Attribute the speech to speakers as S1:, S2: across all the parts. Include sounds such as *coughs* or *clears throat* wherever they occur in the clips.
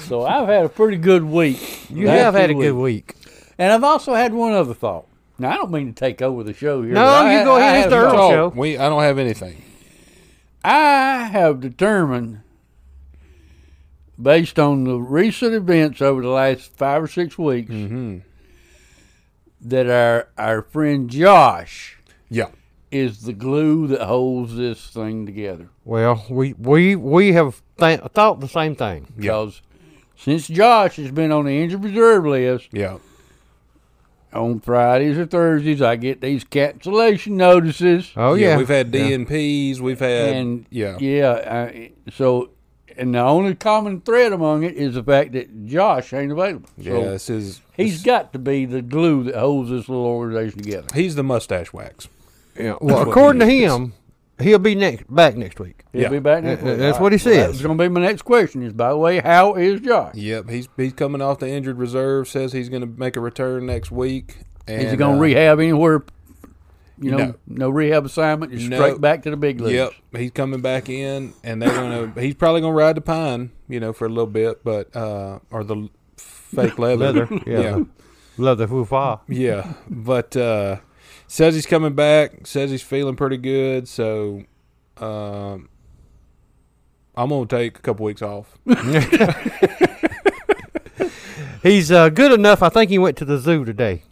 S1: so I've had a pretty good week.
S2: You
S1: Last
S2: have had a
S1: few
S2: good
S1: weeks.
S2: week.
S1: And I've also had one other thought. Now I don't mean to take over the show here.
S2: No,
S1: but I
S2: you
S1: ha-
S2: go
S1: I
S2: ahead.
S1: had
S2: It's
S1: a
S2: the Earl
S1: thought.
S2: Show.
S3: We I don't have anything.
S1: I have determined, based on the recent events over the last five or six weeks,
S2: Mm-hmm.
S1: that our our friend Josh
S3: Yeah.
S1: is the glue that holds this thing together.
S2: Well, we we we have th- thought the same thing.
S1: Because since Josh has been on the injured reserve list
S3: Yeah.
S1: on Fridays or Thursdays, I get these cancellation notices.
S2: Oh yeah,
S3: We've had DNPs. We've had
S1: and
S3: yeah.
S1: yeah. I, so, and the only common thread among it is the fact that Josh ain't available.
S3: Yeah,
S1: So
S3: this is
S1: he's got to be the glue that holds this little organization together.
S3: he's the mustache wax.
S2: Yeah, Well, according to him, he'll be next back next week.
S1: He'll
S3: Yeah.
S1: be back next
S2: Uh,
S1: week.
S2: that's
S1: All
S2: what he
S1: Well,
S2: says.
S1: That's going to be my next question. Is by the way, how is Josh?
S3: Yep, he's he's coming off the injured reserve. Says he's going to make a return next week. And,
S1: is he going to
S3: uh,
S1: rehab anywhere? You know,
S3: no.
S1: no, rehab assignment. Just
S3: No.
S1: straight back to the big leagues.
S3: Yep, he's coming back in, and they're going to. He's probably going to ride the pine, you know, for a little bit, but uh, or the l- fake leather. *laughs*
S2: Leather, yeah. Love the foo-fa.
S3: Yeah, but uh, says he's coming back. Says he's feeling pretty good. So, um, I'm gonna take a couple weeks off.
S2: He's uh, good enough. I think he went to the zoo today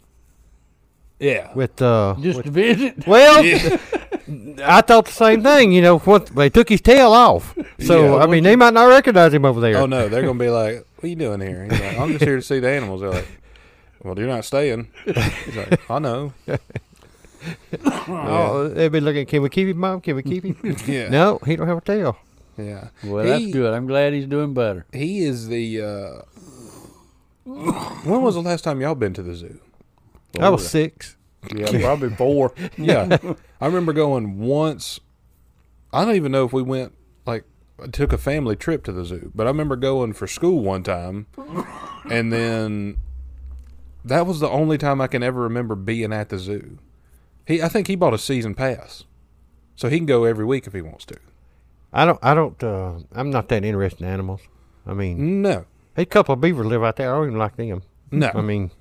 S3: yeah,
S2: with. Uh,
S1: Just to visit.
S2: well, I thought the same thing. You know, what they took his tail off. So
S3: Yeah.
S2: I mean, they might not recognize him over there.
S3: Oh no, they're gonna be like, "What you doing here?" He's like, "I'm just here to see the animals." They're like, "Well, you're not staying." He's like,
S1: *laughs*
S3: "I know." Yeah.
S2: Oh, they've been looking. Can we keep him, Mom? Can we keep him?
S3: *laughs* Yeah.
S2: No, he don't have a tail.
S3: Yeah.
S1: Well,
S3: he,
S1: that's good. I'm glad he's doing better.
S3: He is the. Uh, when was the last time y'all been to the zoo?
S2: I was six.
S3: Yeah, probably four. *laughs* yeah, I remember going once. I don't even know if we went like took a family trip to the zoo, but I remember going for school one time, and then that was the only time I can ever remember being at the zoo. He, I think he bought a season pass, so he can go every week if he wants to.
S2: I don't. I don't. Uh, I'm not that interested in animals. I mean,
S3: No,
S2: a couple of beavers live out there. I don't even like them.
S3: no.
S2: I mean,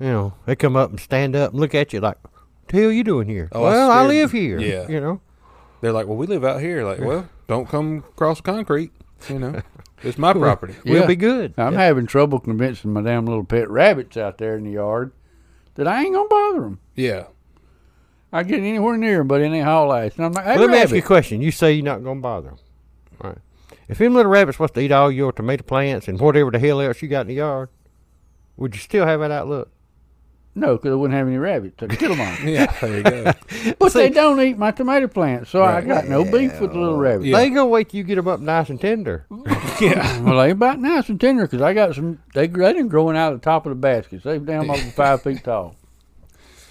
S2: you know, they come up and stand up and look at you like, "The hell you doing here?"
S3: Oh, I
S2: well, I
S3: scared
S2: live
S3: them.
S2: here.
S3: Yeah.
S2: you know.
S3: They're like, well, we live out here. Like, well, don't come across concrete. You know, it's *laughs* my property.
S1: Yeah.
S2: We'll be good.
S1: I'm having trouble convincing my damn little pet rabbits out there in the yard that I ain't gonna bother them.
S3: Yeah.
S1: I get anywhere near them, but it ain't haul ass. And I'm like, hey,
S2: Let me ask you a
S1: rabbit.
S2: question. You say you're not going to bother them, right? If them little rabbits supposed to eat all your tomato plants and whatever the hell else you got in the yard, would you still have that outlook?
S1: No, because I wouldn't have any rabbits. I'd kill 'em
S3: *laughs*
S1: all.
S3: Yeah. There you go.
S1: but they don't eat my tomato plants, so I got no beef with the little rabbits.
S3: Yeah.
S2: They gonna wait till you get them up nice and tender.
S1: *laughs* Well, they about nice and tender because I got some. They they done growing out of the top of the baskets. They damn over five feet tall.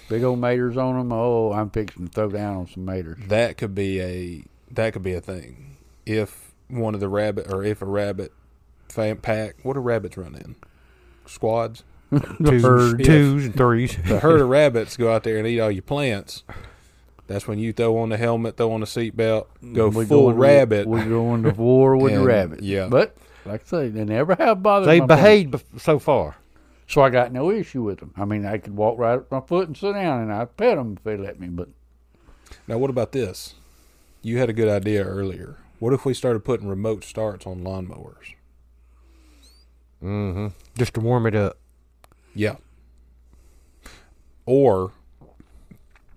S1: Big old maters on them. Oh, I'm fixing to throw down on some maters.
S3: that could be a that could be a thing if one of the rabbit or if a rabbit fam pack what do rabbits run in squads
S2: Twos,
S1: herd.
S2: twos and threes.
S3: the herd
S1: *laughs*
S3: of rabbits go out there and eat all your plants that's when you throw on the helmet throw on the seatbelt go
S1: We
S3: full
S1: going to-
S3: rabbit
S1: We're going to war with the
S3: And,
S1: rabbits.
S3: yeah.
S1: But like I say, they never have bothered.
S2: they
S1: my plants.
S2: behaved bef- so far.
S1: So I got no issue with them. I mean, I could walk right up my foot and sit down, and I'd pet them if they let me. But
S3: now what about this you had a good idea earlier what if we started putting remote starts on lawnmowers
S2: Mm-hmm. Just to warm it up.
S3: Yeah. Or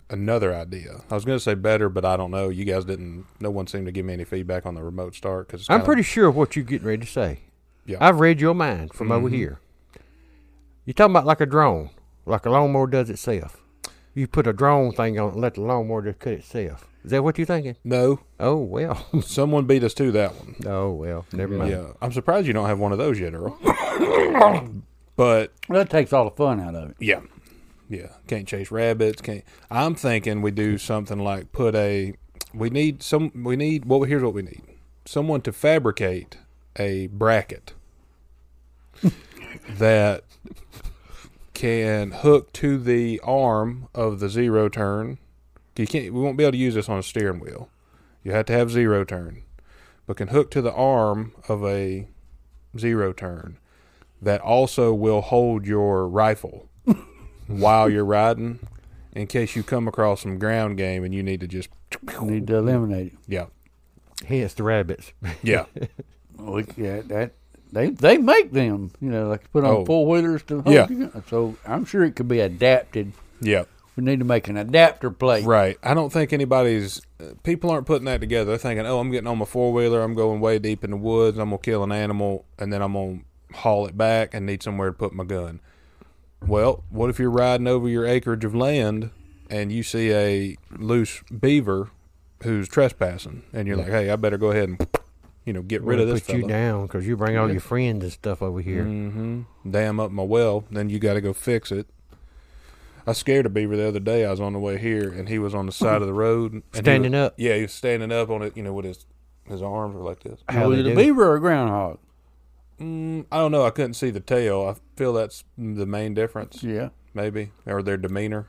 S3: another idea. I was going to say better, but I don't know. You guys didn't. No one seemed to give me any feedback on the remote start because
S2: I'm pretty sure of what you're getting ready to say.
S3: Yeah. Mm-hmm.
S2: I've read your mind from over here. You're talking about like a drone, like a lawnmower does itself. You put a drone thing on it and let the lawnmower just cut itself. Is that what you're thinking?
S3: No,
S2: Oh well. *laughs*
S3: someone beat us to that one.
S2: oh well. Never mind.
S3: Yeah, I'm surprised you don't have one of those yet, *coughs* Earl. but
S1: well, that takes all the fun out of it.
S3: yeah, yeah, can't chase rabbits. Can't. I'm thinking we do something like put a. We need some. We need. Well, here's what we need. Someone to fabricate a bracket that can hook to the arm of the zero turn. You can't. We won't be able to use this on a steering wheel. You have to have zero turn, but can hook to the arm of a zero turn that also will hold your rifle while you're riding in case you come across some ground game and you need to just
S1: Need to eliminate it.
S3: yeah
S2: Hence the rabbits. *laughs*
S3: yeah
S1: Well, it- yeah, that they they make them. You know, like put on
S3: Oh.
S1: four wheelers to. hold
S3: Yeah.
S1: you- So I'm sure it could be adapted.
S3: yeah
S1: We need to make an adapter plate.
S3: right i don't think anybody's uh, people aren't putting that together they're thinking oh i'm getting on my four-wheeler i'm going way deep in the woods i'm gonna kill an animal and then i'm gonna haul it back and need somewhere to put my gun well what if you're riding over your acreage of land and you see a loose beaver who's trespassing and you're like hey i better go ahead and you know get rid of this
S2: put you
S3: fella. Mm-hmm.
S2: down because you bring all your friends and stuff over here.
S3: dam up my well, then you got to go fix it. I scared a beaver the other day. I was on the way here, and he was on the side of the road, and he
S2: Standing
S3: was-
S2: up.
S3: Yeah, he was standing up on it. You know, with his his arms were like this.
S2: How
S1: was
S2: they
S1: it a
S2: do.
S1: beaver or a groundhog?
S3: Mm, I don't know. I couldn't see the tail. I feel that's the main difference,
S1: Yeah.
S3: maybe, or their demeanor.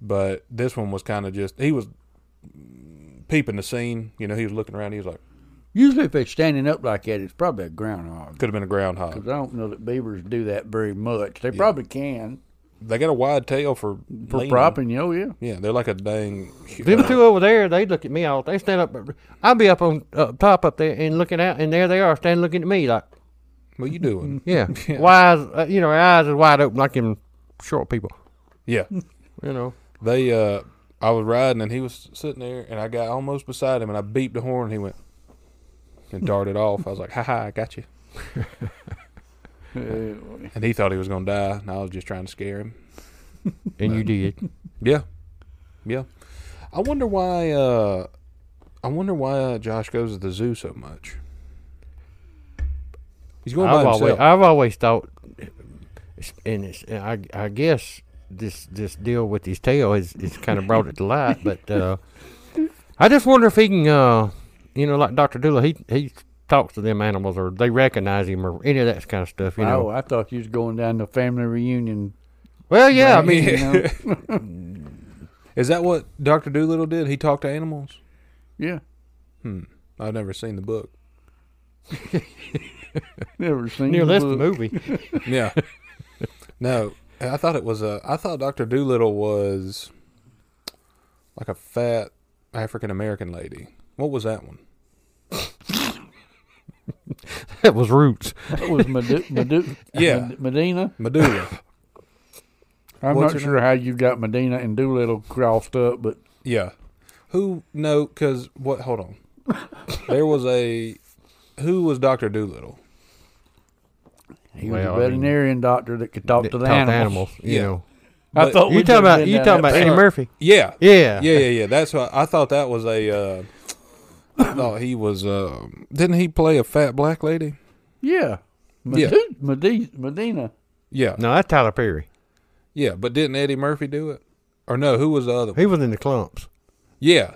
S3: But this one was kind of just he was peeping the scene. You know, he was looking around. He was like,
S1: Usually, if it's standing up like that, it's probably a groundhog.
S3: could have been a groundhog.
S1: Because I don't know that beavers do that very much. They probably can
S3: They got a wide tail for
S1: for
S3: leaning.
S1: propping you. Oh, yeah.
S3: Yeah, they're like a dang.
S2: Them two over there, they look at me all. They stand up. I'll be up on up top up there and looking out, and there they are standing looking at me like,
S3: What you
S2: *laughs*
S3: doing?
S2: yeah, why? Is, uh, you know, their eyes is wide open like them short people.
S3: Yeah.
S2: You know,
S3: they uh I was riding and he was sitting there and I got almost beside him and I beeped the horn and he went and darted off. I was like, "Ha ha, I got you."
S1: Uh,
S3: And he thought he was going to die and I was just trying to scare him.
S2: and you *laughs* did.
S3: Yeah. Yeah. I wonder why uh I wonder why uh, Josh goes to the zoo so much. He's going by
S2: I've
S3: himself.
S2: always, I've always thought, it's- and it's, and I, I guess this this deal with his tail is, is kind of brought it to light. But uh, I just wonder if he can, uh, you know, like Doctor Dula, he he talks to them animals, or they recognize him, or any of that kind of stuff. You know,
S1: Oh, I thought you was going down to family reunion.
S2: well, yeah, I mean,
S1: *laughs* you know?
S3: Is that what Dr. Doolittle did? He talked to animals? Hmm.
S1: yeah.
S3: I've never seen the book.
S1: Never seen
S2: near
S1: the
S2: this
S1: book.
S2: movie. *laughs*
S3: Yeah. no, I thought it was a. I thought Doctor Doolittle was like a fat African American lady. What was that one?
S2: that was Roots.
S1: That was Medu- *laughs* Medu-
S3: Yeah.
S1: Med- Medina.
S3: Medulla.
S1: I'm
S3: What's
S1: not
S3: her
S1: sure how you got Medina and Doolittle crossed up, but
S3: yeah. Who? No, because what? Hold on. There was a. Who was Doctor Doolittle?
S1: he
S2: Well, I
S1: was a
S2: mean,
S1: veterinarian doctor that could talk
S2: That
S1: to the
S2: talk
S1: animals.
S2: you
S3: Yeah.
S2: know.
S1: I
S3: But
S1: thought
S2: You
S1: we
S2: talking about you talking about Eddie Murphy?
S3: Yeah.
S2: Yeah,
S3: Yeah, yeah, yeah. That's why I thought that was a. Uh, no, he was. Uh, didn't he play a fat black lady?
S1: yeah.
S3: Yeah.
S1: Medu- Medi- Medina.
S3: Yeah,
S2: No, that's Tyler Perry.
S3: yeah. But didn't Eddie Murphy do it? Or no? Who was the other? one?
S2: He was in the clumps.
S3: Yeah.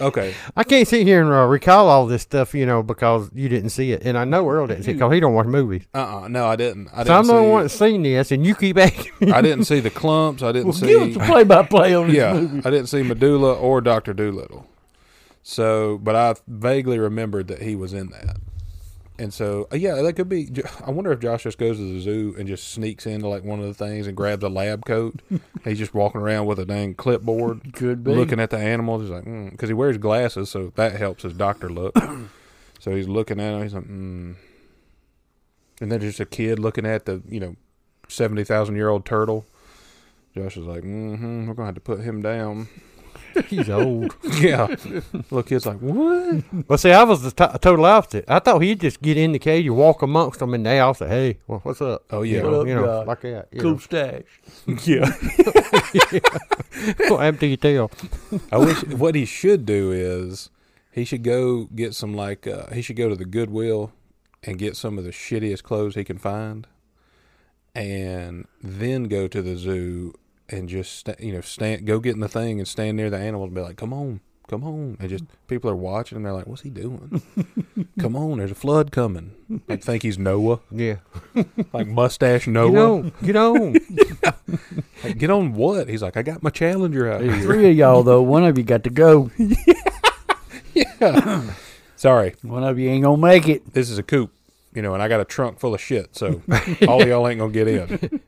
S3: Okay.
S2: I can't sit here and uh, recall all this stuff, you know, because you didn't see it, and I know Earl didn't see it because he don't watch movies.
S3: Uh uh no, I didn't. I didn't
S2: So I'm the
S3: see,
S2: only one that's seen this, and you keep *laughs* acting.
S3: I didn't see the clumps. I didn't
S1: Well, give us
S3: *laughs* see.
S1: a play by play on this
S3: yeah,
S1: movie.
S3: I didn't see Medulla or Doctor Doolittle. So, but I vaguely remembered that he was in that. And so, uh, yeah, that could be. I wonder if Josh just goes to the zoo and just sneaks into like one of the things and grabs a lab coat. He's just walking around with a dang clipboard,
S1: Could be.
S3: looking at the animals. He's like, because he wears glasses, so that helps his doctor look. so he's looking at him. He's like, mm. and then just a kid looking at the you know seventy thousand year old turtle. Josh is like, mm-hmm, we're gonna have to put him down.
S2: He's old.
S3: yeah, little kid's like, what?
S2: *laughs* Well, see, I was the to- total opposite. I thought he'd just get in the cage, you walk amongst them, and they all say, "Hey, well, what's up?"
S3: Oh
S2: You
S3: yeah,
S2: know,
S1: up,
S2: you know,
S1: God?
S2: like that. You
S1: Cool stash.
S3: yeah.
S2: know. Go empty your tail.
S3: I wish what he should do is he should go get some like uh, he should go to the Goodwill and get some of the shittiest clothes he can find, and then go to the zoo and just sta you know stand go get in the thing and stand near the animals and be like, come on, come on, and just people are watching and they're like, what's he doing? come on, there's a flood coming. Like think he's Noah, *laughs*
S2: Yeah,
S3: like mustache Noah.
S2: get on, get
S3: *laughs*
S2: on.
S3: Like, get on what? He's like, I got my Challenger out here.
S1: Uh, Three of y'all though, one of you got to *laughs* go.
S3: Sorry,
S1: One of you ain't gonna make it.
S3: this is a coop. you know, and I got a trunk full of
S2: *laughs*
S3: shit, so all y'all ain't gonna get in.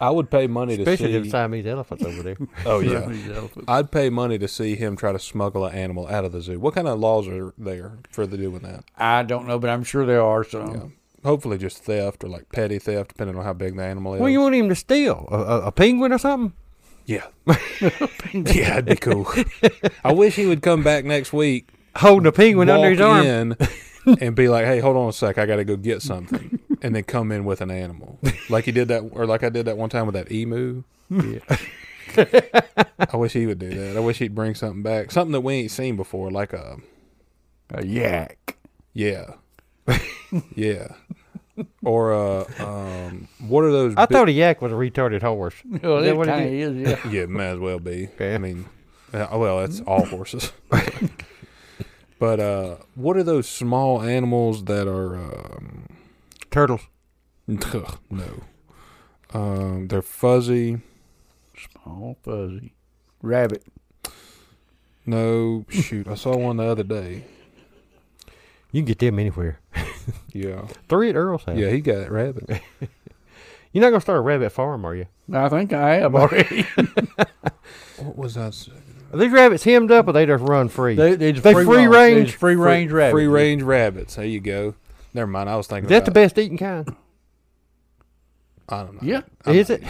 S3: I would pay money
S2: Especially
S3: to
S2: them
S3: see.
S2: Siamese elephants over there. *laughs*
S3: Oh *laughs* yeah,
S1: These elephants.
S3: I'd pay money to see him try to smuggle an animal out of the zoo. What kind of laws are there for the doing that?
S1: I don't know, but I'm sure there are some.
S3: Yeah. Hopefully, just theft or like petty theft, depending on how big the animal is.
S2: Well, you want him to steal a, a, a penguin or something? *laughs*
S3: yeah, yeah, that'd be cool. I wish he would come back next week,
S2: Holding a penguin under
S3: walk
S2: his arm.
S3: in, and be like, "Hey, hold on a sec, I got to go get something," and then come in with an animal, like he did that, or like I did that one time with that emu.
S2: Yeah.
S3: I wish he would do that. I wish he'd bring something back, something that we ain't seen before, like a
S1: A yak.
S3: yeah, yeah, or uh, um, what are those?
S2: I
S3: big-
S2: thought a yak was a retarded horse.
S1: Well,
S2: Is that
S1: Oh, it
S2: what it
S1: kind of is, yeah.
S3: Yeah, it might as well be.
S2: Okay.
S3: I mean, uh, well, that's all horses. but uh, what are those small animals that are? Um,
S2: Turtles.
S3: ugh, no, um, they're fuzzy.
S1: All Oh, fuzzy. Rabbit.
S2: *laughs*
S3: No, shoot, I saw one the other day.
S2: You can get them anywhere.
S3: Yeah,
S2: Three at Earl's house.
S3: yeah, he got it rabbit.
S2: You're not going to start a rabbit farm, are you?
S1: I think I have already. *laughs*
S3: What was that?
S2: Are these rabbits hemmed up or they just run free?
S1: they, they just
S2: They free
S1: roam.
S2: range?
S1: They just free range rabbit.
S3: Free range rabbits. There you go. Never mind. I was thinking
S2: Is that the
S3: about-
S2: best eating kind?
S3: I don't know.
S1: Yeah.
S2: Is it?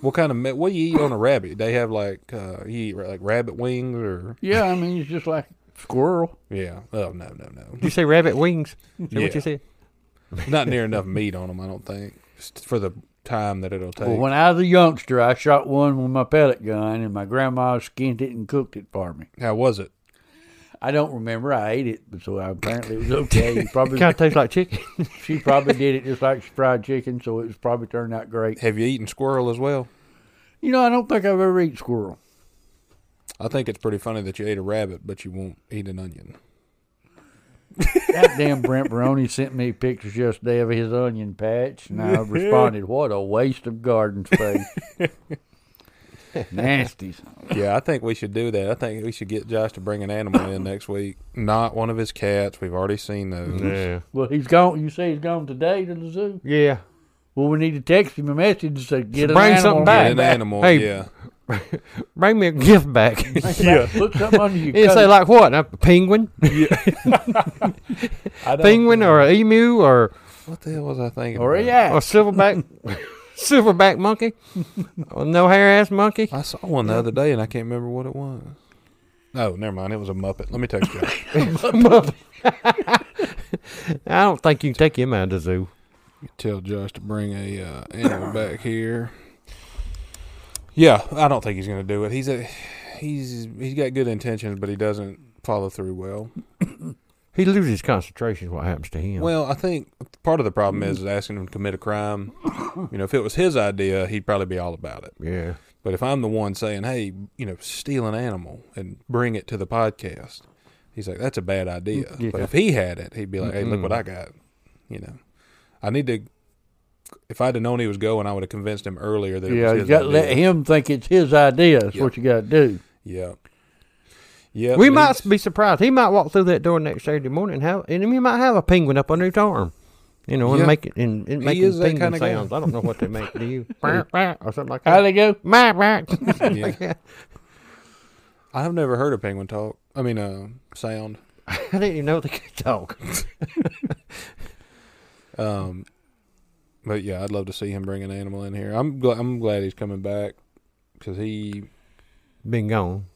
S3: What kind of me- what do you eat on a rabbit? They have like uh, you eat like rabbit wings or
S1: Yeah, I mean, it's just like squirrel.
S3: yeah. Oh no no no.
S2: You say rabbit wings? Is that *laughs*
S3: Yeah.
S2: what you said?
S3: Not near enough meat on them. I don't think just for the time that it'll take.
S1: Well, when I was a youngster, I shot one with my pellet gun, and my grandma skinned it and cooked it for me.
S3: How was it?
S1: I don't remember. I ate it, but so I, apparently it was okay. Probably
S2: Kind of tastes like chicken.
S1: she probably did it just like fried chicken, so it was probably turned out great.
S3: Have you eaten squirrel as well?
S1: You know, I don't think I've ever eaten squirrel.
S3: I think it's pretty funny that you ate a rabbit, but you won't eat an onion.
S1: That damn Brent Baroni sent me pictures yesterday of his onion patch, and I responded, "What a waste of garden
S3: *laughs*
S1: space." Nasty.
S3: Yeah, I think we should do that. I think we should get Josh to bring an animal in next week. Not one of his cats. We've already seen those.
S1: Well, he's gone. You say he's gone today to the zoo.
S2: Yeah.
S1: Well, we need to text him a message and say, "Get an
S2: Bring
S1: animal
S2: something
S1: in."
S2: back.
S3: Get an animal.
S2: Hey.
S3: Yeah.
S2: Bring me a gift
S3: *laughs*
S2: back. *laughs*
S1: Yeah. Put something under your
S2: It's
S1: coat.
S2: say like what? A penguin?
S3: I don't-
S2: penguin or an emu or,
S3: What the hell was I thinking?
S1: or a
S3: about?
S2: or
S1: yak.
S2: silverback *laughs* silverback monkey? Or no hair ass
S3: *laughs*
S2: monkey?
S3: I saw one the other day and I can't remember what it was. Oh, never mind. It was a Muppet. Let me text you.
S2: I don't think you can take him out of the zoo.
S3: *coughs* Tell Josh to bring a uh, animal back here. Yeah, I don't think he's going to do it. He's a he's he's got good intentions, but he doesn't follow through well.
S2: He loses concentration. What happens to him?
S3: Well, I think part of the problem is asking him to commit a crime. You know, if it was his idea, he'd probably be all about it.
S2: yeah.
S3: But if I'm the one saying, "Hey, you know, steal an animal and bring it to the podcast," he's like, "That's a bad idea."
S1: Mm, Yeah.
S3: But if he had it, he'd be like, "Hey, look what I got." You know, I need to. If I'd have known he was going, I would have convinced him earlier that.
S1: Yeah,
S3: it
S1: you
S3: was his
S1: got to
S3: idea.
S1: let him think it's his idea. That's what you got to do.
S3: Yeah. Yeah.
S2: We
S3: but
S2: might
S3: he's-
S2: be surprised. He might walk through that door next Saturday morning and have, and he might have a penguin up under his arm. You know, and
S3: Yeah.
S2: make it and, and
S3: He
S2: make
S3: is that
S2: penguin
S3: kinda guy.
S2: sounds. I don't know what they make. Do
S1: *laughs*
S2: you or something like
S1: How
S2: that?
S1: they go?
S2: My *laughs* right.
S3: *laughs* Yeah. I've never heard a penguin talk. I mean, uh, sound.
S2: I didn't even know they could talk.
S3: Um, but yeah, I'd love to see him bring an animal in here. I'm gl- I'm glad he's coming back because he
S2: Been gone.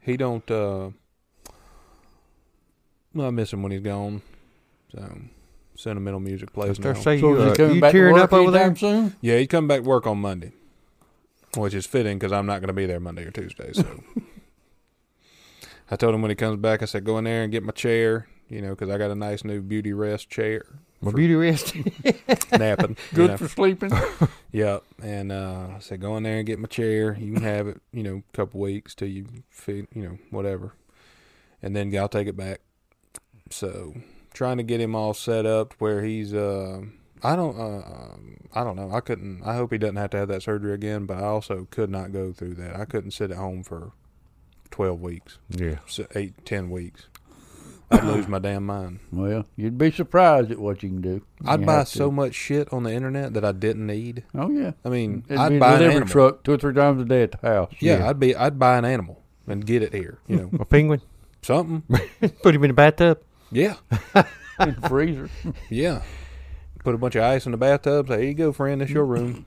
S3: he don't uh well, I miss him when he's gone. So sentimental music plays now.
S2: Start say
S1: So
S2: you,
S1: is he
S2: uh,
S1: coming
S2: you
S1: back
S2: tearing
S1: to
S2: up
S1: work
S2: over there.
S1: anytime soon?
S3: yeah, he's coming back to work on Monday, which is fitting because I'm not going to be there Monday or Tuesday.
S1: *laughs*
S3: So I told him when he comes back, I said go in there and get my chair, you know, because I got a nice new beauty rest chair,
S2: My beauty rest.
S1: *laughs*
S3: napping. you
S1: Good
S3: know.
S1: for sleeping.
S3: Yep. And uh, I said, go in there and get my chair. You can have it, you know, a couple weeks till you fit, you know, whatever. And then I'll take it back. So trying to get him all set up where he's, uh, I don't, uh, um, I don't know. I couldn't, I hope he doesn't have to have that surgery again, but I also could not go through that. I couldn't sit at home for 12 weeks,
S2: yeah.
S3: s- eight, 10 weeks. I'd lose my damn mind.
S1: Well, you'd be surprised at what you can do. when
S3: I'd
S1: you
S3: buy
S1: have to.
S3: so much shit on the internet that I didn't need.
S1: Oh yeah.
S3: I mean,
S1: It'd
S3: I'd
S1: be
S3: buy
S1: a
S3: an
S1: delivery
S3: animal.
S1: truck two or three times a day at the house.
S3: Yeah, I'd be I'd buy an animal and get it here.
S1: *laughs*
S3: You know,
S2: A penguin. *laughs*
S3: something.
S2: Put him in the bathtub.
S3: Yeah,
S1: in the freezer.
S3: yeah. Put a bunch of ice in the bathtub. Say, here you go, friend. That's your room.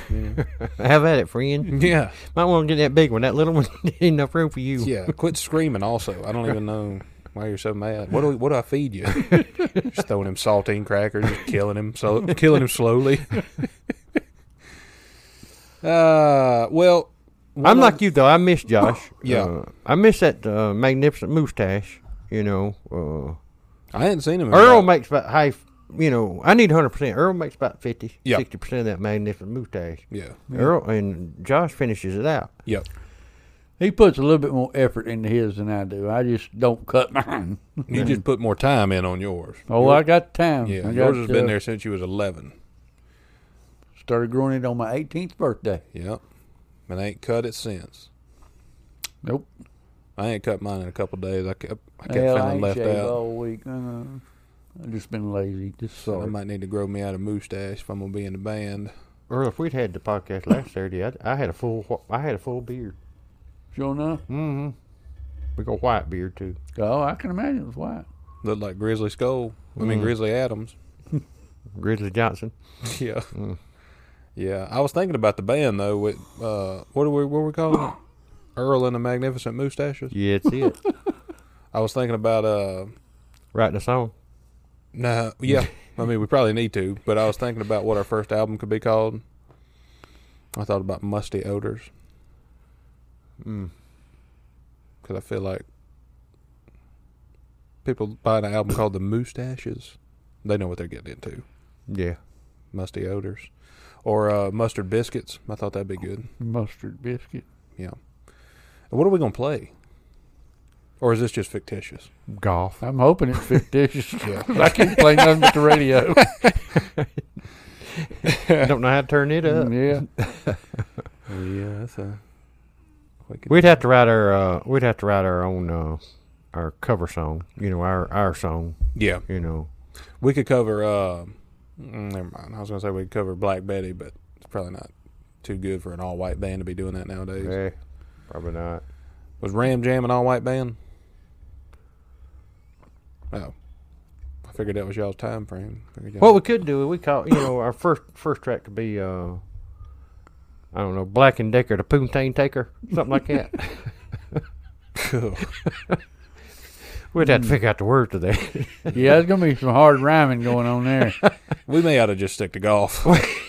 S1: *laughs*
S2: Have at it, friend.
S3: yeah,
S2: Might want to get that big one. That little one *laughs* ain't enough room for you.
S3: *laughs* yeah. Quit screaming. Also, I don't even know why you're so mad. What do we, what do I
S1: *laughs*
S3: feed you? just throwing him saltine crackers, just killing him, so killing him slowly.
S1: *laughs*
S3: uh, well, one
S2: I'm
S3: of-
S2: like you though. I miss Josh.
S3: *coughs* Yeah.
S2: Uh, I miss that uh, magnificent moustache. You know, uh,
S3: I hadn't seen him. in a
S2: Earl
S3: while.
S2: makes about high. You know, I need 100. percent Earl makes about 50,
S3: Yeah.
S2: 60 percent of that magnificent moustache.
S3: Yeah.
S2: Earl and Josh finishes it out.
S3: Yep.
S1: He puts a little bit more effort into his than I do. I just don't cut mine.
S3: You just put more time in on yours.
S1: Oh, I got time.
S3: Yeah,
S1: I got,
S3: yours has
S1: uh,
S3: been there since you was 11.
S1: Started growing it on my 18th birthday.
S3: Yep. And I ain't cut it since.
S1: Nope.
S3: I ain't cut mine in a couple days. I kept, I kept
S1: Hell, I
S3: feeling
S1: ain't
S3: left
S1: shaved
S3: out.
S1: all week. Uh, I've just been lazy. Just
S3: I
S1: sorry.
S3: might need to grow me out a mustache if I'm gonna be in the band.
S2: Earl, if we'd had the podcast last
S3: *coughs*
S2: Saturday, I'd, I had a full. wh- I had a full beard.
S1: Sure enough.
S2: Mm-hmm. We got white beard too.
S1: Oh, I can imagine it was white.
S3: Look like Grizzly Skull. I mean
S2: Mm.
S3: Grizzly Adams. *laughs*
S2: Grizzly Johnson.
S3: yeah. Yeah. I was thinking about the band though. With uh, what are we? What are we calling it? Earl and the Magnificent Mustaches.
S2: Yeah, it's
S3: *laughs*
S2: it.
S3: I was thinking about uh,
S2: Writing a song.
S3: no, yeah. I mean, we probably need to, but I was thinking about what our first album could be called. I thought about Musty Odors.
S2: Mm.
S3: because I feel like people buying an album called The Moustaches, they know what they're getting into.
S2: Yeah.
S3: Musty odors, or uh, mustard biscuits. I thought that'd be good.
S1: Mustard biscuit.
S3: Yeah. And what are we gonna play? Or is this just fictitious?
S2: Golf.
S1: I'm hoping it's fictitious.
S3: *laughs* Yeah.
S1: *laughs* I can't play nothing but the
S3: *laughs*
S1: radio.
S2: I don't know how to turn it up.
S1: yeah.
S3: yeah, that's a. uh, We could,
S2: We'd have to write our uh, we'd have to write our own uh, our cover song. You know, our our song.
S3: yeah,
S2: You know,
S3: we could cover. Uh, mm, never mind. I was gonna say we could cover Black Betty, but it's probably not too good for an all-white band to be doing that nowadays.
S2: eh, probably not.
S3: Was Ram Jam an all white band? Oh. I figured that was y'all's time frame. Figured y'all- *laughs*
S2: What we could do, we call you know our first first track could be uh, I don't know, Black and Decker, the Poontang Taker, something like that.
S1: *laughs*
S2: We'd have to figure out the words to that. *laughs*
S1: Yeah, there's going to be some hard rhyming going on
S3: *laughs*
S1: there.
S3: we may ought to just stick to golf.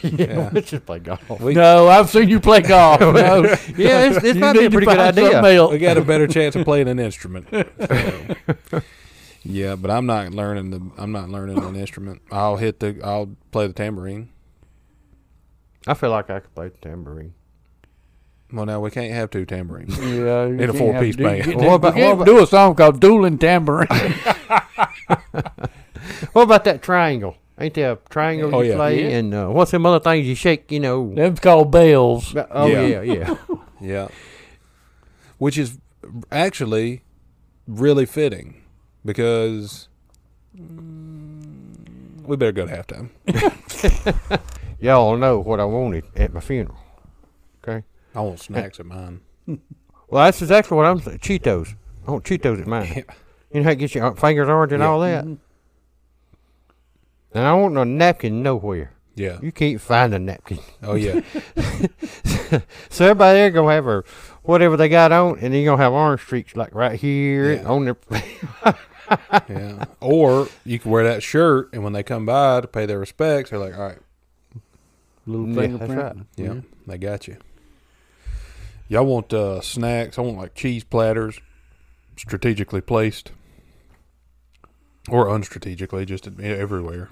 S2: yeah, let's just play golf.
S3: We-
S1: No, I've seen you play
S3: *laughs*
S1: golf. *laughs*
S3: Oh,
S1: No.
S2: Yeah, it's, it's
S1: You
S2: might be
S1: need
S2: a
S1: to
S2: pretty good
S1: find
S2: idea.
S1: something else.
S3: *laughs* we got a better chance of playing an instrument. So, yeah, but I'm not learning the I'm not learning an instrument. I'll hit the I'll play the tambourine.
S2: I feel like I could play the tambourine.
S3: Well now we can't have
S1: *laughs*
S3: two tambourines.
S1: Yeah,
S3: In a four-piece band.
S1: You
S2: What about-
S1: can't
S2: what about-
S1: do a song called "Dueling Tambourine."
S2: *laughs* What about that triangle? Ain't there a triangle
S3: Oh,
S2: you
S3: yeah.
S2: play?
S1: Yeah.
S2: And uh, what's them other things you shake? You know.
S1: Them's called bells.
S2: Oh
S3: Yeah.
S2: yeah, yeah.
S3: Yeah. Which is actually really fitting because mm, we better go to halftime.
S2: Y'all know what I wanted at my funeral. Okay.
S3: I want snacks at mine.
S2: Well, that's exactly what I'm saying. Cheetos. I want Cheetos at mine. You know how you get your fingers orange and
S3: Yeah.
S2: all that.
S1: Mm-hmm.
S2: And I want no napkin nowhere.
S3: Yeah.
S2: You can't find a napkin.
S3: Oh yeah.
S2: So everybody there gonna have a whatever they got on, and then gonna have orange streaks like right here
S1: *laughs*
S3: Yeah.
S2: on their.
S3: Yeah. Or you can wear that shirt, and when they come by to pay their respects, they're like, "All right,
S1: Little
S2: Yeah, that's right.
S3: yeah, they got you." Y'all want uh, snacks? I want like cheese platters, strategically placed, or unstrategically, just everywhere.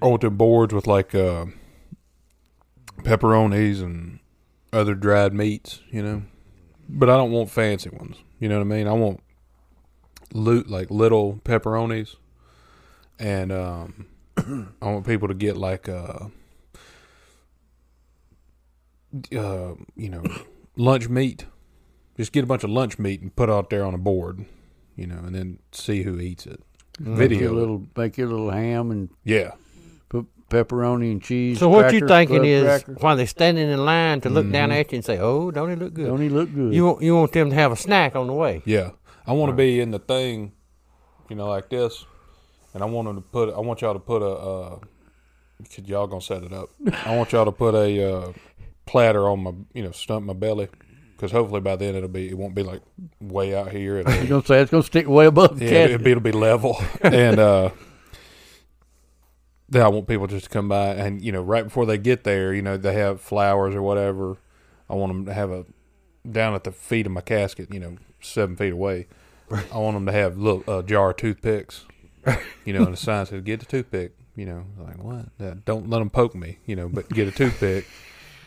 S3: I want them boards Oh, with like uh, pepperonis and other dried meats, you know. But I don't want fancy ones. You know what I mean? I want loot like little pepperonis, and um, *clears throat* I want people to get like uh, uh, you know, lunch meat. Just get a bunch of lunch meat and put out there on a board, you know, and then see who eats it.
S1: Make your
S3: Video. it.
S1: little make your little ham and
S3: Yeah.
S1: put pepperoni and cheese.
S2: So what you
S1: crackers,
S2: thinking
S1: club
S2: is
S1: crackers. Mm-hmm.
S2: while they're standing in line to look down at you and say, "Oh, don't it look good?"
S1: Don't he look good?
S2: you want you want them to have a snack on the way.
S3: Yeah. I want to be in the thing, you know, like this, and I want 'em to put. I want y'all to put a. Uh, kid, y'all gonna set it up. I want y'all to put a uh, platter on my, you know, stump my belly, because hopefully by then it'll be. It won't be like way out here. It'll
S1: You gonna say it's gonna stick way above the
S3: Yeah,
S1: casket.
S3: it'll be, it'll be level. *laughs* and uh, then I want people just to come by and, you know, right before they get there, you know, they have flowers or whatever. I want them to have a, down at the feet of my casket, you know, seven feet away, I want them to have little uh, jar of toothpicks, you know, and the sign says, get the toothpick, you know, like, what? Yeah, don't let them poke me, you know, but get a toothpick.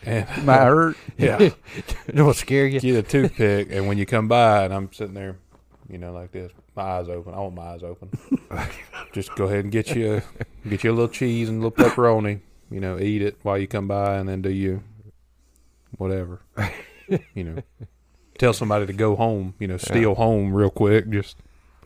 S3: And
S1: Might
S3: *laughs*
S1: hurt.
S2: *laughs*
S3: yeah,
S2: It'll scare you.
S3: get a toothpick. And when you come by and I'm sitting there, you know, like this, my eyes open. I want my eyes open. Just go ahead and get you a, get you a little cheese and a little pepperoni. You know, eat it while you come by, and then do you whatever. You know, tell somebody to go home. You know, steal home real quick. Just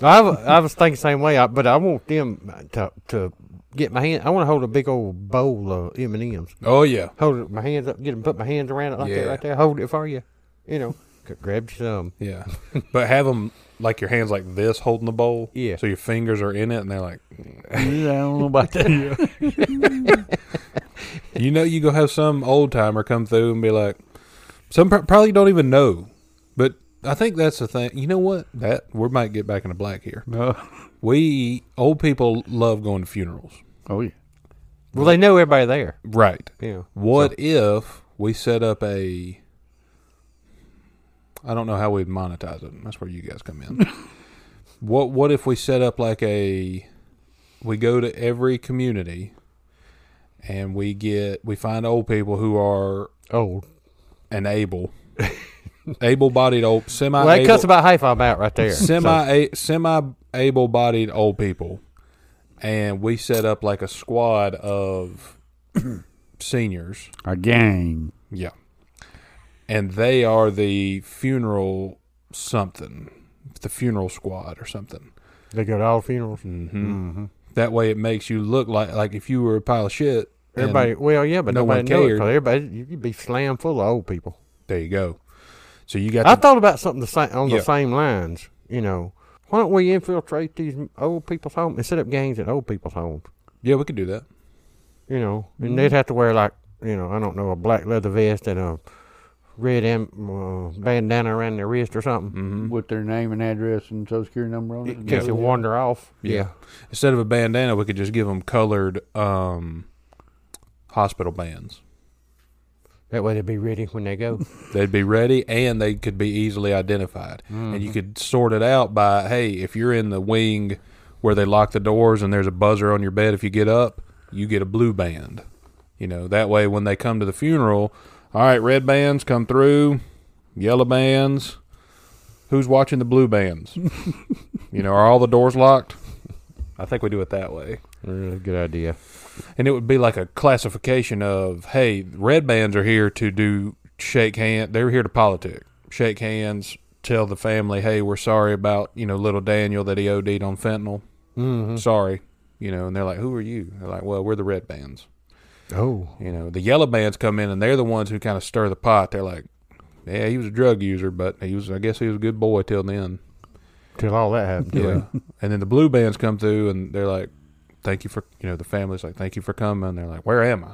S2: I, wa- I was thinking the same way, I- but I want them to to get my hand. I want to hold a big old bowl of M and M's.
S3: oh yeah,
S2: Hold it, my hands up. Get them. Put my hands around it like
S3: Yeah.
S2: that, right there. Hold it for you. You know, g- grab you some.
S3: yeah. But have them like your hands like this holding the bowl.
S2: Yeah.
S3: So your fingers are in it, and they're like,
S1: I don't know about that.
S3: You know, you go have some old timer come through and be like, some pro- probably don't even know, but I think that's the thing. You know what? That we might get back into black here.
S1: No.
S3: We old people love going to funerals,
S1: Oh yeah.
S2: Well, they know everybody there.
S3: right?
S2: Yeah.
S3: What if we set up a? I don't know how we'd monetize it. That's where you guys come in. what What if we set up like a? We go to every community, and we get we find old people who are
S2: Oh,
S3: and able, *laughs* able-bodied old semi
S2: well, that cuts about half of them out right there. So,
S3: semi semi able-bodied old people, and we set up like a squad of *clears throat* seniors.
S1: A gang.
S3: Yeah, and they are the funeral something, the funeral squad or something. Mm.
S2: they go to all funerals. Mm-hmm.
S3: That way, it makes you look like like if you were a pile of shit. and-
S2: Everybody, well, yeah, but
S3: no one
S2: nobody knew it
S3: cared.
S2: 'cause everybody, you- you'd be slam full of old people.
S3: there you go. So you got
S2: I
S3: the-
S2: thought about something the same on
S3: Yeah.
S2: the same lines. You know, why don't we infiltrate these old people's homes and set up gangs at old people's homes?
S3: yeah, we could do that.
S2: You know,
S1: Mm-hmm.
S2: and they'd have to wear like you know, I don't know, a black leather vest and a red am- uh, bandana around their wrist or something
S3: Mm-hmm.
S1: With their name and address and social security number on it.
S2: in case they wander off.
S3: Yeah. Instead of a bandana, we could just give them colored um, hospital bands.
S2: that way they'd be ready when
S1: *laughs*
S2: they go.
S3: They'd be ready and they could be easily identified. And you could sort it out by hey, if you're in the wing where they lock the doors and there's a buzzer on your bed, if you get up, you get a blue band. You know, that way when they come to the funeral, all right, red bands come through, yellow bands. Who's watching the blue *laughs* bands? you know, are all the doors locked? I think we do it that way.
S2: Really good idea.
S3: And it would be like a classification of, hey, red bands are here to do shake hand. They're here to politic, shake hands, tell the family, hey, we're sorry about you know little Daniel that he OD'd on fentanyl.
S2: hmm
S3: Sorry, you know. And they're like, who are you? They're like, well, we're the red bands.
S2: Oh,
S3: You know, the yellow bands come in and they're the ones who kind of stir the pot. They're like, yeah, he was a drug user, but he was, I guess, he was a good boy till then.
S2: till all that happened. to
S3: Yeah.
S2: him.
S3: *laughs* and then the blue bands come through and they're like, thank you for, you know, the family's like, thank you for coming. They're like, where am I?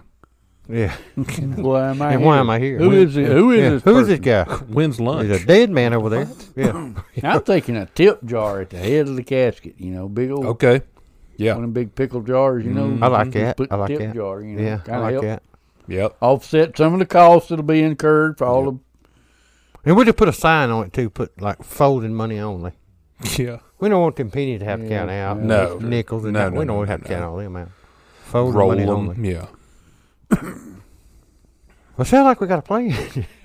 S2: yeah.
S1: Why am I
S2: And
S1: here?
S2: why am I here?
S1: Who is it? Who is
S2: Yeah.
S1: this?
S2: Who is this
S1: person?
S2: guy?
S3: When's lunch?
S2: There's a dead man
S1: *coughs*
S2: over there. Yeah.
S1: I'm thinking a tip jar at the head of the casket. You know, big old
S3: Okay.
S1: one
S3: Oh, Yeah.
S1: of them big pickle jars. You know,
S3: Mm.
S2: I like
S1: Just
S2: that.
S1: Mm-hmm. Put
S2: I like
S1: tip
S2: that.
S1: jar. You know,
S2: Yeah, I
S1: kinda
S2: like
S1: help
S2: that.
S1: *laughs*
S3: Yep.
S1: Offset some of the costs that'll be incurred for all
S3: Yep.
S1: the
S2: And we just put a sign on it too, put like folding money only.
S3: Yeah.
S2: We don't want them pennies to have to
S1: Yeah,
S2: count out.
S3: No.
S2: Nickels and
S3: No,
S2: that.
S3: no,
S2: we don't
S3: no,
S2: want to have
S3: no,
S2: to count
S3: no.
S2: all them out. Folding
S3: Roll
S2: money
S3: 'em.
S2: only.
S3: Yeah.
S2: Well, sounds like we got a plan.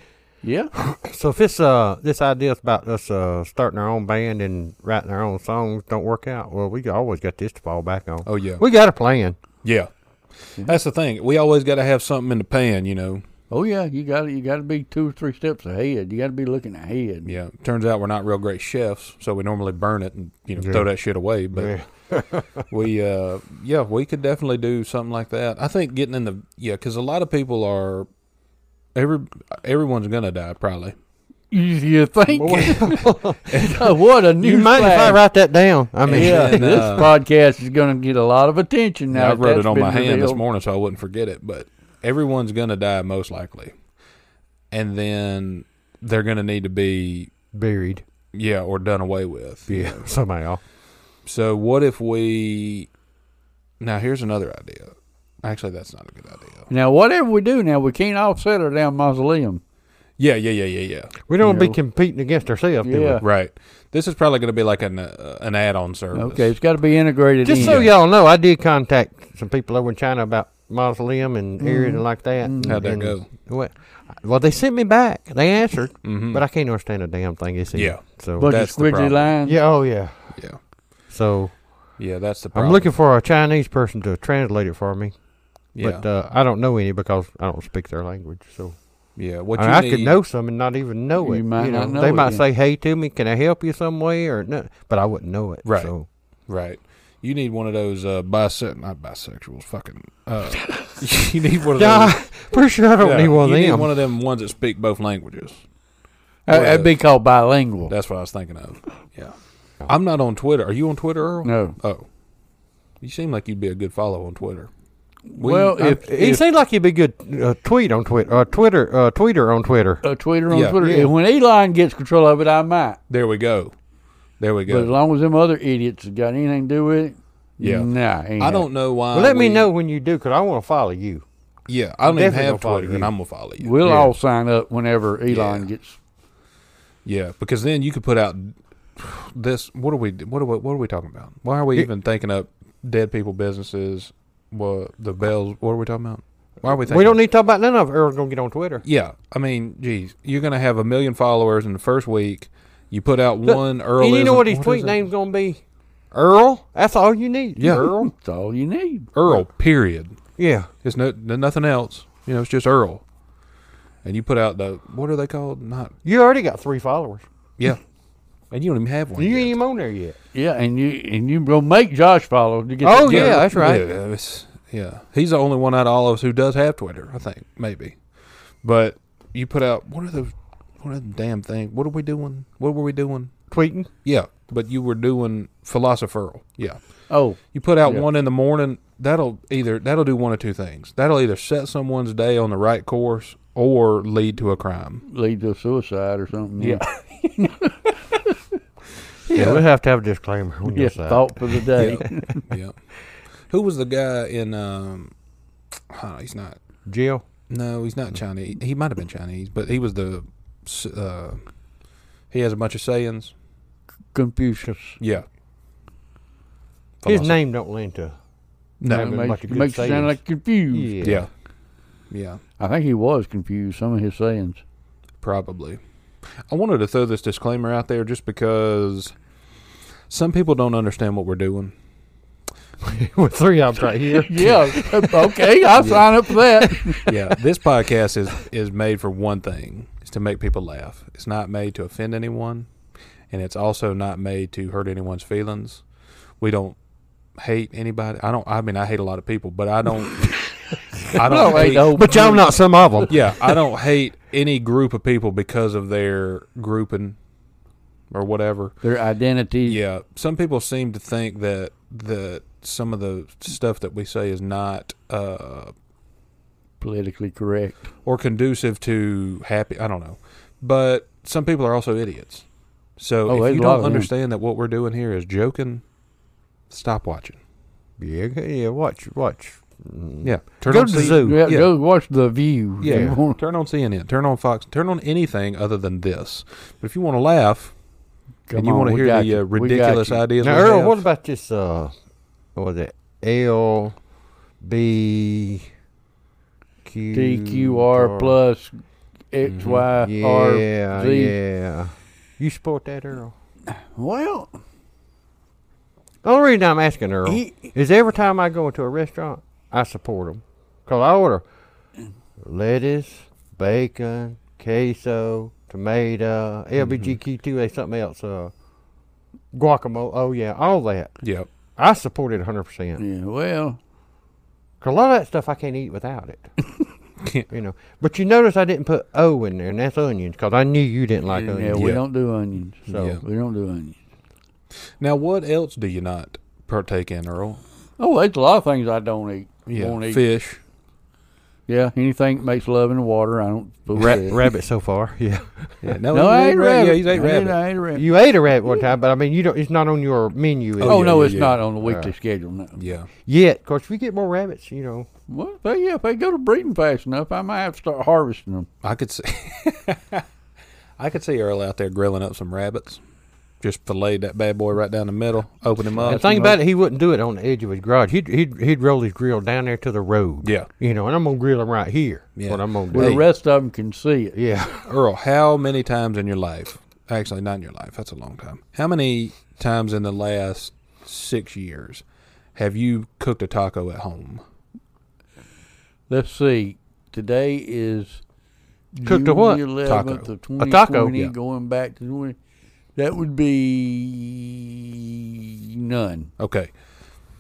S2: *laughs*
S1: yeah.
S2: so if this uh this idea about us uh starting our own band and writing our own songs don't work out, well we always got this to fall back on.
S3: Oh yeah.
S2: We got a plan.
S1: Mm-hmm.
S3: Yeah. That's the thing. We always got to have something in the pan, you know.
S1: Oh yeah, you got to You got to be two or three steps ahead. You got to be looking ahead.
S3: Yeah. Turns out we're not real great chefs, so we normally burn it and you know
S2: Yeah.
S3: throw that shit away. But we, uh, yeah, we could definitely do something like that. I think getting in the yeah, because a lot of people are every everyone's gonna die probably.
S1: You, you think? *laughs* what a new
S2: you mind if I write that down? I mean,
S1: yeah,
S3: And,
S1: this
S3: uh,
S1: podcast is going to get a lot of attention now.
S3: I
S1: that
S3: wrote it
S1: that's
S3: on
S1: been
S3: my hand this
S1: revealed.
S3: morning, so I wouldn't forget it. But everyone's gonna die most likely, and then they're gonna need to be
S2: buried.
S3: yeah or done away with.
S2: Yeah, somehow.
S3: So what if we? Now here's another idea. Actually, that's not a good idea.
S1: Now, whatever we do now, we can't offset our damn mausoleum.
S3: Yeah, yeah, yeah, yeah, yeah.
S2: We don't
S1: You
S2: be
S1: know.
S2: competing against ourselves. do we?
S1: Yeah.
S3: Right. This is probably going to be like an uh, an add-on service.
S1: Okay, it's got to be integrated.
S2: Just
S1: in.
S3: uh,
S2: so y'all know, I did contact some people over in China about mausoleum and
S1: Mm-hmm.
S2: areas like that.
S3: How'd that
S2: and-
S3: go?
S2: Well, well, they sent me back. They answered,
S3: Mhm.
S2: but I can't understand a damn thing they said.
S3: Yeah.
S2: So
S1: bunch of
S3: that's the
S1: squiggly
S3: problem.
S1: lines.
S2: yeah, oh yeah.
S3: Yeah.
S2: So
S3: Yeah, that's the problem.
S2: I'm looking for a Chinese person to translate it for me,
S3: Yeah.
S2: but uh, I don't know any because I don't speak their language. So
S3: yeah. What
S2: I,
S3: you
S2: mean, I
S3: need,
S2: could know some and not even know it.
S1: You might
S2: know.
S1: not know
S2: they
S1: it,
S2: might
S1: yeah.
S2: say, "Hey, to me, can I help you some way?" or no, but I wouldn't know it.
S3: Right.
S2: So
S3: Right. You need one of those uh, bise not bisexuals. Fucking. Uh, *laughs* you need one of
S2: yeah,
S3: those.
S2: I'm pretty sure *laughs* I don't
S3: Yeah,
S2: need one
S3: you
S2: of
S3: need
S2: them.
S3: one of them ones that speak both languages.
S1: That- That'd be called bilingual.
S3: That's what I was thinking of. Yeah. I'm not on Twitter. Are you on Twitter, Earl?
S1: no.
S3: Oh. You seem like you'd be a good follow on Twitter. We-
S1: Well,
S3: I'm-
S1: if,
S2: It
S1: if
S2: seemed like he'd be good uh, tweet on Twitter, uh, Twitter, uh, tweeter on Twitter.
S1: a tweeter on
S3: Yeah.
S1: Twitter,
S2: Yeah.
S1: when Elon gets control of it, I might.
S3: There we go. There we
S1: But as
S3: go.
S1: long as them other idiots have got anything to do with it,
S3: Yeah.
S1: nah. ain't
S3: I don't know why.
S2: Well, let me
S3: we-
S2: know when you do, because I want to follow you.
S3: Yeah, I don't even
S2: Definitely
S3: have
S2: gonna follow
S3: Twitter, and
S2: you.
S3: I'm gonna follow
S1: happening.
S3: you.
S1: We'll
S2: Yeah.
S1: all sign up whenever Elon
S3: Yeah.
S1: gets.
S3: Yeah, because then you could put out this. What are we? What are we? What are we talking about? Why are we
S2: It-
S3: even thinking up dead people businesses? Well, the bells. What are we talking about? Why are we? Thinking
S2: We don't need to talk about none of it. Earl's gonna get on Twitter.
S3: Yeah, I mean, geez, you're gonna have a million followers in the first week. You put out one early.
S2: and you know what his tweet
S3: is it?
S2: name's gonna be? Earl. That's all you need.
S3: Yeah.
S2: Earl.
S1: That's all you need.
S3: Earl. Period.
S2: Yeah.
S3: It's no no- nothing else. You know, it's just Earl. And you put out the what are they called? Not
S2: You already got three followers.
S3: yeah. And you don't even have one.
S2: You
S3: yet.
S2: ain't even on there yet.
S1: Yeah, and you and you go make Josh follow to get.
S2: Oh,
S1: that
S2: yeah.
S1: done.
S2: that's right.
S3: Yeah, it's- yeah. he's the only one out of all of us who does have Twitter. I think maybe, but you put out what are those? What are the damn thing? What are we doing? What were we doing?
S2: Tweeting.
S3: Yeah, but you were doing philosopher. Yeah,
S1: Oh,
S3: you put out
S1: Yeah.
S3: one in the morning. That'll either that'll do one of two things. That'll either set someone's day on the right course or lead to a crime.
S1: lead to suicide or something. Yeah,
S2: Yeah. We'll have to have a disclaimer
S1: *laughs*
S2: on
S1: yeah.
S2: your side.
S1: Thought for the
S3: *laughs*
S1: day.
S3: yeah. Who was the guy in? Um, huh, he's not.
S2: Jill.
S3: No, he's not Chinese. He might have been Chinese, but he was the. s- Uh, he has a bunch of sayings.
S1: Confucius.
S3: Yeah.
S2: His
S3: Philosophy.
S2: name don't lend to.
S1: That
S3: No.
S2: Name.
S1: makes,
S2: Like a good
S1: makes you sound
S2: sayings.
S1: like confused.
S2: Yeah.
S3: Yeah. Yeah.
S1: I think he was confused. Some of his sayings.
S3: Probably. I wanted to throw this disclaimer out there just because some people don't understand what we're doing.
S2: *laughs* With three of 'em right here.
S1: *laughs* yeah. Okay, I'll sign up for that.
S3: *laughs* Yeah. this podcast is is made for one thing: is to make people laugh. It's not made to offend anyone, and it's also not made to hurt anyone's feelings. We don't hate anybody. I don't. I mean, I hate a lot of people, but I don't. I
S1: I
S3: don't
S1: don't hate
S3: hate
S1: the whole
S2: But y'all not some of them.
S3: yeah, I don't hate any group of people because of their grouping or whatever.
S1: Their identity.
S3: Yeah, some people seem to think that that some of the stuff that we say is not uh,
S1: politically correct.
S3: or conducive to happy. I don't know, but some people are also idiots. So
S1: Oh,
S3: if
S1: there's
S3: you
S1: a lot
S3: don't
S1: of them.
S3: understand that what we're doing here is joking, stop watching.
S2: Yeah. Yeah. Watch. Watch. Mm.
S3: Yeah, turn
S2: Go
S3: on
S2: to the
S3: C-
S2: zoo.
S1: Yeah,
S3: Yeah.
S1: go watch the view. if you
S3: Yeah,
S1: want.
S3: turn on CNN, turn on Fox, turn on anything other than this. But if you want to laugh
S1: Come
S3: and you
S1: on,
S3: want to
S1: we
S3: hear
S1: got
S3: the uh,
S1: you. We got
S3: ridiculous
S1: you.
S3: ideas,
S2: Now,
S3: we
S2: Earl,
S3: have-
S2: what about this? Uh, what was it? L B Q
S1: TQR plus X Y
S3: Mm-hmm.
S1: R.
S2: Yeah,
S1: Z.
S2: yeah. You support that, Earl?
S1: Well,
S2: The only reason I'm asking Earl
S1: He-
S2: is every time I go into a restaurant, I support them because I order lettuce, bacon, queso, tomato, LBGQ2, they something else, uh, guacamole. Oh yeah, all that.
S3: Yep.
S2: I support it 100. percent
S1: Yeah, well,
S2: Cause a lot of that stuff I can't eat without it. you know, but you notice I didn't put O in there, and that's onions, cause I knew you didn't like
S1: yeah,
S2: onions.
S1: we
S3: Yeah.
S1: don't do onions. So
S3: Yeah.
S1: we don't do onions.
S3: Now, what else do you not partake in, Earl?
S1: Oh, there's a lot of things I don't eat. Won't eat.
S3: fish.
S1: Yeah, anything that makes love in the water, I don't. fool
S2: *laughs*
S1: with
S2: Ra-
S1: that.
S2: rabbit so far, yeah.
S3: Yeah,
S1: No,
S3: he
S1: I ain't rabbit.
S3: Yeah, he's ate
S1: I ain't-
S3: rabbit.
S1: I ain't rabbit.
S2: *laughs* You ate a rabbit one time, but I mean, you don't. It's not on your menu is
S1: Oh,
S3: yeah,
S2: it?
S1: no,
S3: yeah,
S1: it's
S3: yeah.
S1: not on the weekly schedule. No.
S3: Yeah.
S2: yet. Of course, we get more rabbits. You know,
S1: Well, but yeah, if they go to breeding fast enough, I might have to start harvesting them.
S3: I could see. *laughs* I could see Earl out there grilling up some rabbits. Just filleted that bad boy right down the middle. Open him up.
S2: the thing about it, he wouldn't do it on the edge of his garage. He'd he'd, he'd roll his grill down there to the road.
S3: Yeah.
S2: you know, and I'm gonna grill him right here.
S3: Yeah.
S2: What I'm gonna
S1: Where
S2: do.
S1: the rest of them can see it.
S2: yeah,
S3: Earl, how many times in your life? Actually, not in your life. That's a long time. How many times in the last six years have you cooked a taco at home?
S1: Let's see. Today is
S2: Cooked a
S1: June
S2: what?
S1: the 11th
S3: Taco.
S1: of 2020,
S2: taco, yeah.
S1: going back to 20. That would be none.
S3: Okay,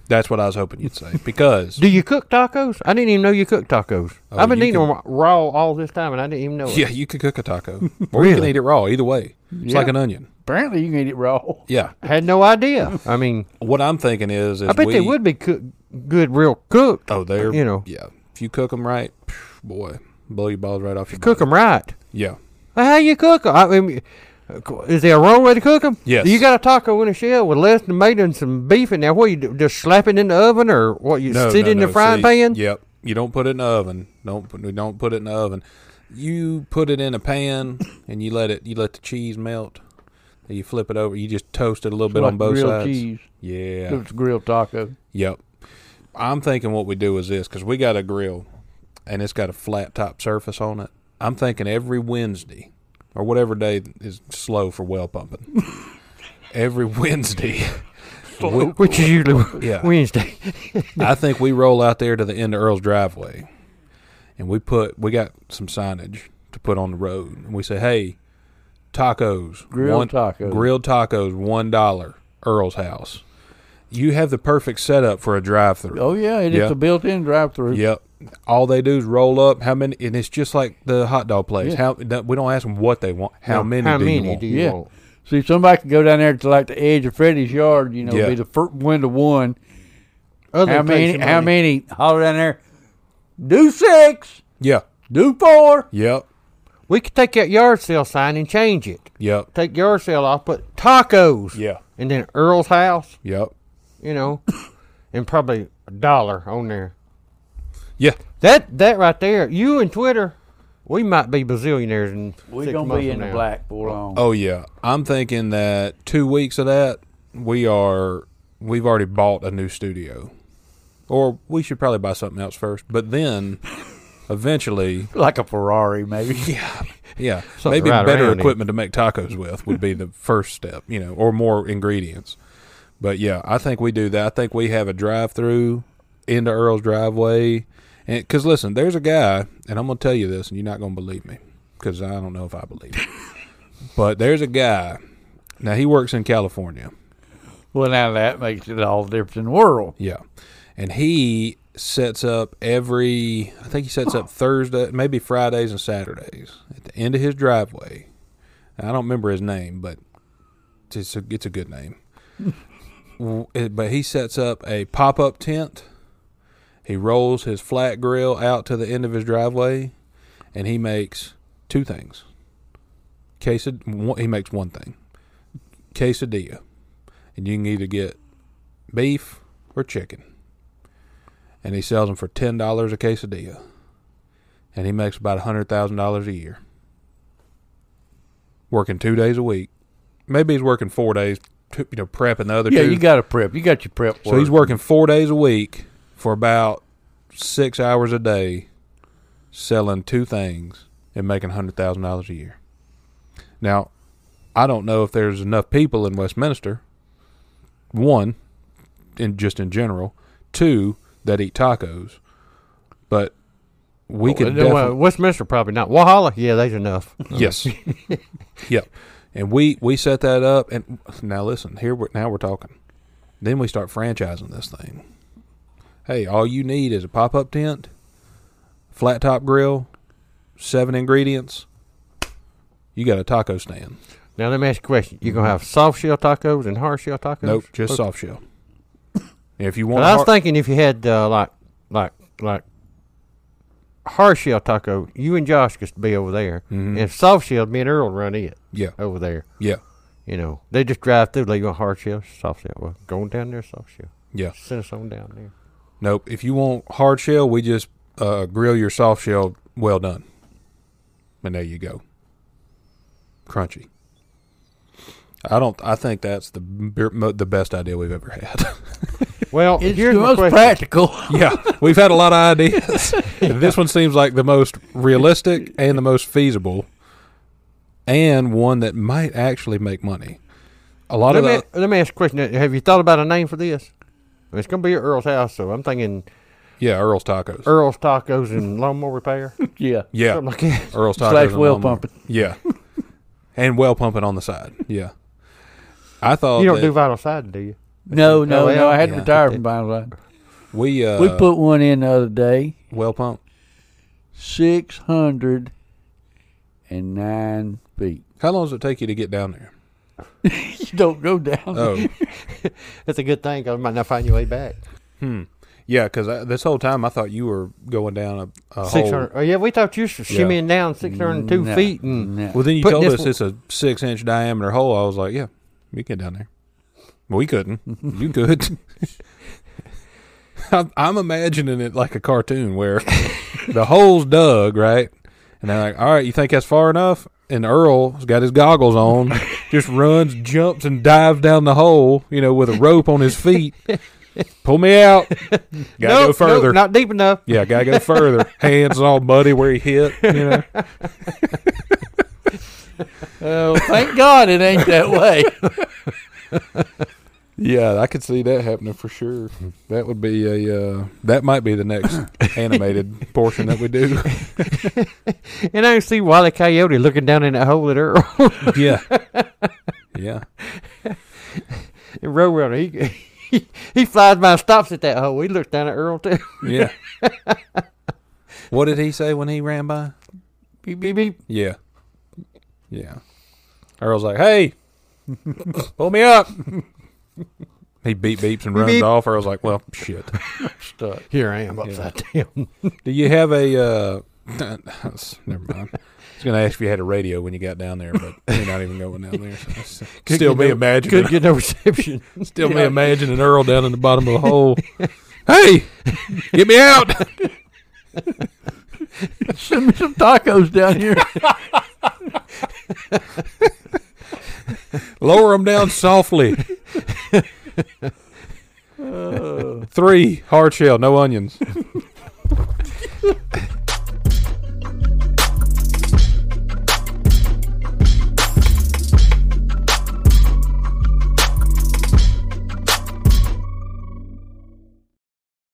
S3: that's what I was hoping
S2: *laughs*
S3: you'd say because
S2: do you cook tacos? I didn't even know you cooked tacos.
S3: Oh,
S2: I've been
S3: you
S2: eating them raw all this time, and I didn't even know.
S3: yeah,
S2: it.
S3: you could cook a taco or you can
S2: Really?
S3: eat it raw. Either way, it's
S1: Yeah.
S3: like an onion.
S1: Apparently, you can eat it raw.
S3: Yeah.
S2: had no idea. I mean,
S3: What I'm thinking is, is
S2: I bet
S3: we,
S2: they would be cook, good, real cooked.
S3: Oh, they're
S2: Uh, You know.
S3: yeah. If you cook them right, phew, boy, blow your balls right off your
S2: Cook
S3: body.
S2: them right.
S3: Yeah,
S2: How you cook 'em? I mean, is there a wrong way to cook them?
S3: Yes.
S2: You got a taco in a shell with less tomato and some beef in there. What you do, just slap it in the oven or what you sit in the frying
S3: see,
S2: pan?
S3: Yep. You don't put it in the oven. Don't put, don't put it in the oven. You put it in a pan
S2: *coughs*
S3: and you let it you let the cheese melt. Then You flip it over. You just toast it a little bit
S1: like
S3: on both
S1: grilled
S3: sides.
S1: cheese.
S3: Yeah.
S1: It's grilled taco.
S3: Yep. I'm thinking what we do is this because we got a grill and it's got a flat top surface on it. I'm thinking every Wednesday or whatever day is slow for
S1: *laughs*
S3: well pumping. every Wednesday, we-
S2: Which is usually
S3: *laughs* Yeah.
S2: Wednesday.
S3: I think we roll out there to the end of Earl's driveway, and we put we got some signage to put on the road, and we say, "Hey, tacos,
S1: Grilled
S3: one,
S1: tacos.
S3: grilled tacos, one dollar, Earl's house." You have the perfect setup for a drive-through.
S1: Oh, yeah. and
S3: Yeah.
S1: It's a built in drive through.
S3: Yep. All they do is roll up. How many? And it's just like the hot dog place.
S1: Yeah.
S3: How that- we don't ask them what they want. How many?
S2: How
S3: do
S2: many
S3: you want?
S2: do you
S1: Yeah.
S2: want?
S1: See, somebody could go down there to like the edge of Freddy's yard, you know,
S3: Yeah.
S1: be the first one to one.
S2: Other
S1: How
S2: than take
S1: many?
S2: some
S1: How
S2: money.
S1: many? Holler down there. Do six.
S3: Yeah.
S1: Do four.
S3: Yep.
S2: We could take that yard sale sign and change it.
S3: Yep.
S2: Take yard sale off, put tacos.
S3: Yeah.
S2: And then Earl's house,
S3: Yep.
S2: you know, *coughs* and probably a dollar on there.
S3: Yeah.
S2: That that right there, you and Twitter, we might be bazillionaires in
S1: We're
S2: six
S1: gonna
S2: months
S1: be in
S2: from
S1: the
S2: now.
S1: black for long.
S3: Oh yeah. I'm thinking that two weeks of that we are we've already bought a new studio, or we should probably buy something else first. But then, eventually,
S1: Like a Ferrari, maybe. *laughs*
S3: yeah, yeah,
S2: *laughs* Something
S3: maybe
S2: right
S3: better
S2: around it.
S3: equipment to make tacos with
S2: *laughs*
S3: would be the first step, you know, or more ingredients. But yeah, I think we do that. I think we have a drive-through into Earl's driveway, and because listen, there's a guy, and I'm gonna tell you this, and you're not gonna believe me because I don't know if I believe
S2: *laughs*
S3: it. but there's a guy. Now he works in California.
S1: Well, now that makes it all the difference in the world.
S3: Yeah. And he sets up every I think he sets up Thursday, maybe Fridays and Saturdays at the end of his driveway. I don't remember his name, but it's a, it's a good name. W- it- but he sets up a pop-up tent. He rolls his flat grill out to the end of his driveway and he makes two things. Quesad one- he makes one thing. Quesadilla. And you can either get beef or chicken. And he sells them for ten dollars a quesadilla. And he makes about hundred thousand dollars a year. Working two days a week. Maybe he's working four days, two, you know, prepping the other
S1: Yeah,
S3: two.
S1: you got to prep. You got your prep.
S3: So he's working four days a week for about six hours a day, selling two things and making hundred thousand dollars a year. Now, I don't know if there's enough people in Westminster. One, in just in general, two that eat tacos, but we could
S2: Well,
S3: definitely,
S2: Westminster probably not. Walhalla, yeah, there's enough.
S3: *laughs*
S2: *laughs*
S3: yes, yep. And we we set that up, and now listen here. We're, now we're talking. Then we start franchising this thing. Hey, all you need is a pop up tent, flat top grill, seven ingredients. You got a taco stand.
S2: Now let me ask you a question. You gonna have soft shell tacos and hard shell tacos?
S3: Nope, just
S2: Okay.
S3: soft
S2: *coughs*
S3: shell. If you want,
S2: But I was
S3: hard-
S2: thinking if you had uh, like like like hard shell taco, you and Josh could be over there.
S3: Mm-hmm.
S2: And if soft shell, me and Earl run it
S3: yeah,
S2: over there.
S3: yeah,
S2: You know, they just drive through. They go hard shell, soft shell. Well, going down there, soft shell.
S3: yeah.
S2: Send us on down there.
S3: Nope. If you want hard shell, we just uh, grill your soft shell well done. And there you go. Crunchy. I don't. I think that's the b- mo- the best idea we've ever had. *laughs*
S2: Well,
S1: It's
S2: here's
S1: the
S2: my
S1: most
S2: question.
S1: practical. *laughs*
S3: yeah, *laughs* we've had a lot of ideas. *laughs* This one seems like the most realistic and the most feasible, and one that might actually make money. A lot
S2: Let
S3: of
S2: me,
S3: the,
S2: let me ask you a question. Have you thought about a name for this? It's going to be at Earl's house, so I'm thinking
S3: yeah, Earl's tacos.
S2: Earl's Tacos and Lawnmower Repair.
S1: Yeah.
S3: yeah,
S2: Something like that.
S3: Earl's tacos.
S1: Slash
S3: and
S1: well
S3: lawnmower.
S1: pumping.
S3: Yeah. *laughs* and well pumping on the side. Yeah. I thought
S2: You don't
S3: that
S2: do vinyl siding, do you?
S1: No, no,
S2: well,
S1: no. I had to
S3: yeah.
S1: retire from Bible
S3: we uh
S1: We put one in the other day.
S3: well pump.
S1: Six hundred and nine feet.
S3: How long does it take you to get down there?
S1: You don't go down.
S2: *laughs*
S3: Oh,
S2: That's a good thing 'cause I might not find your way back.
S3: hmm. Yeah, because this whole time I thought you were going down a, a
S2: Six
S3: hole.
S2: hundred. Oh, yeah, we thought you were shimmying down six hundred and two
S1: No,
S2: feet, and
S1: no.
S3: Well, then you
S2: Putting
S3: told
S2: this
S3: us
S2: one-
S3: it's a six inch diameter hole. I was like, yeah, we can get down there. We couldn't.
S2: *laughs*
S3: You could. *laughs* I'm, I'm imagining it like a
S2: *laughs*
S3: cartoon where the hole's dug, right? And they're like, all right, you think that's far enough? And Earl's got his goggles
S2: *laughs*
S3: on, just runs, jumps, and dives down the hole, you know, with a rope on
S2: *laughs*
S3: his feet. Pull me out. Gotta
S2: Nope,
S3: go
S2: nope,
S3: further.
S2: not deep enough.
S3: Yeah, gotta go further.
S2: *laughs*
S3: Hands all muddy where he hit. You know,
S2: *laughs*
S1: Oh, thank God it ain't that *laughs* way.
S3: yeah, I could see that happening for sure. That would be a uh, that might be the next *laughs* animated portion that we do.
S2: And I can see Wile E. Coyote looking down in that hole at Earl *laughs*
S3: *laughs* Yeah, yeah,
S2: and Row Runner. He, he he flies by and stops at that hole. He looks down at Earl too.
S3: yeah. What did he say when he ran by?
S2: Beep beep beep.
S3: Yeah, yeah. Earl's like, "Hey, pull me up." He beep beeps and runs
S2: Beep.
S3: off. Earl's like, "Well, shit."
S1: Stuck.
S2: Here I am upside down. *laughs*
S3: Do you have a? Uh, *laughs* never mind. I was going to ask if you had a radio when you got down there, but *laughs* you're not even going down *laughs* there. so it's- still
S2: get
S3: me
S2: no- Could
S3: imagining.
S2: get no reception.
S3: Still me imagining Earl down in the bottom of the *laughs* hole. hey, get me out!
S1: Send me some tacos down here.
S3: Lower him down softly.
S1: Oh.
S3: Three hard shell, no onions.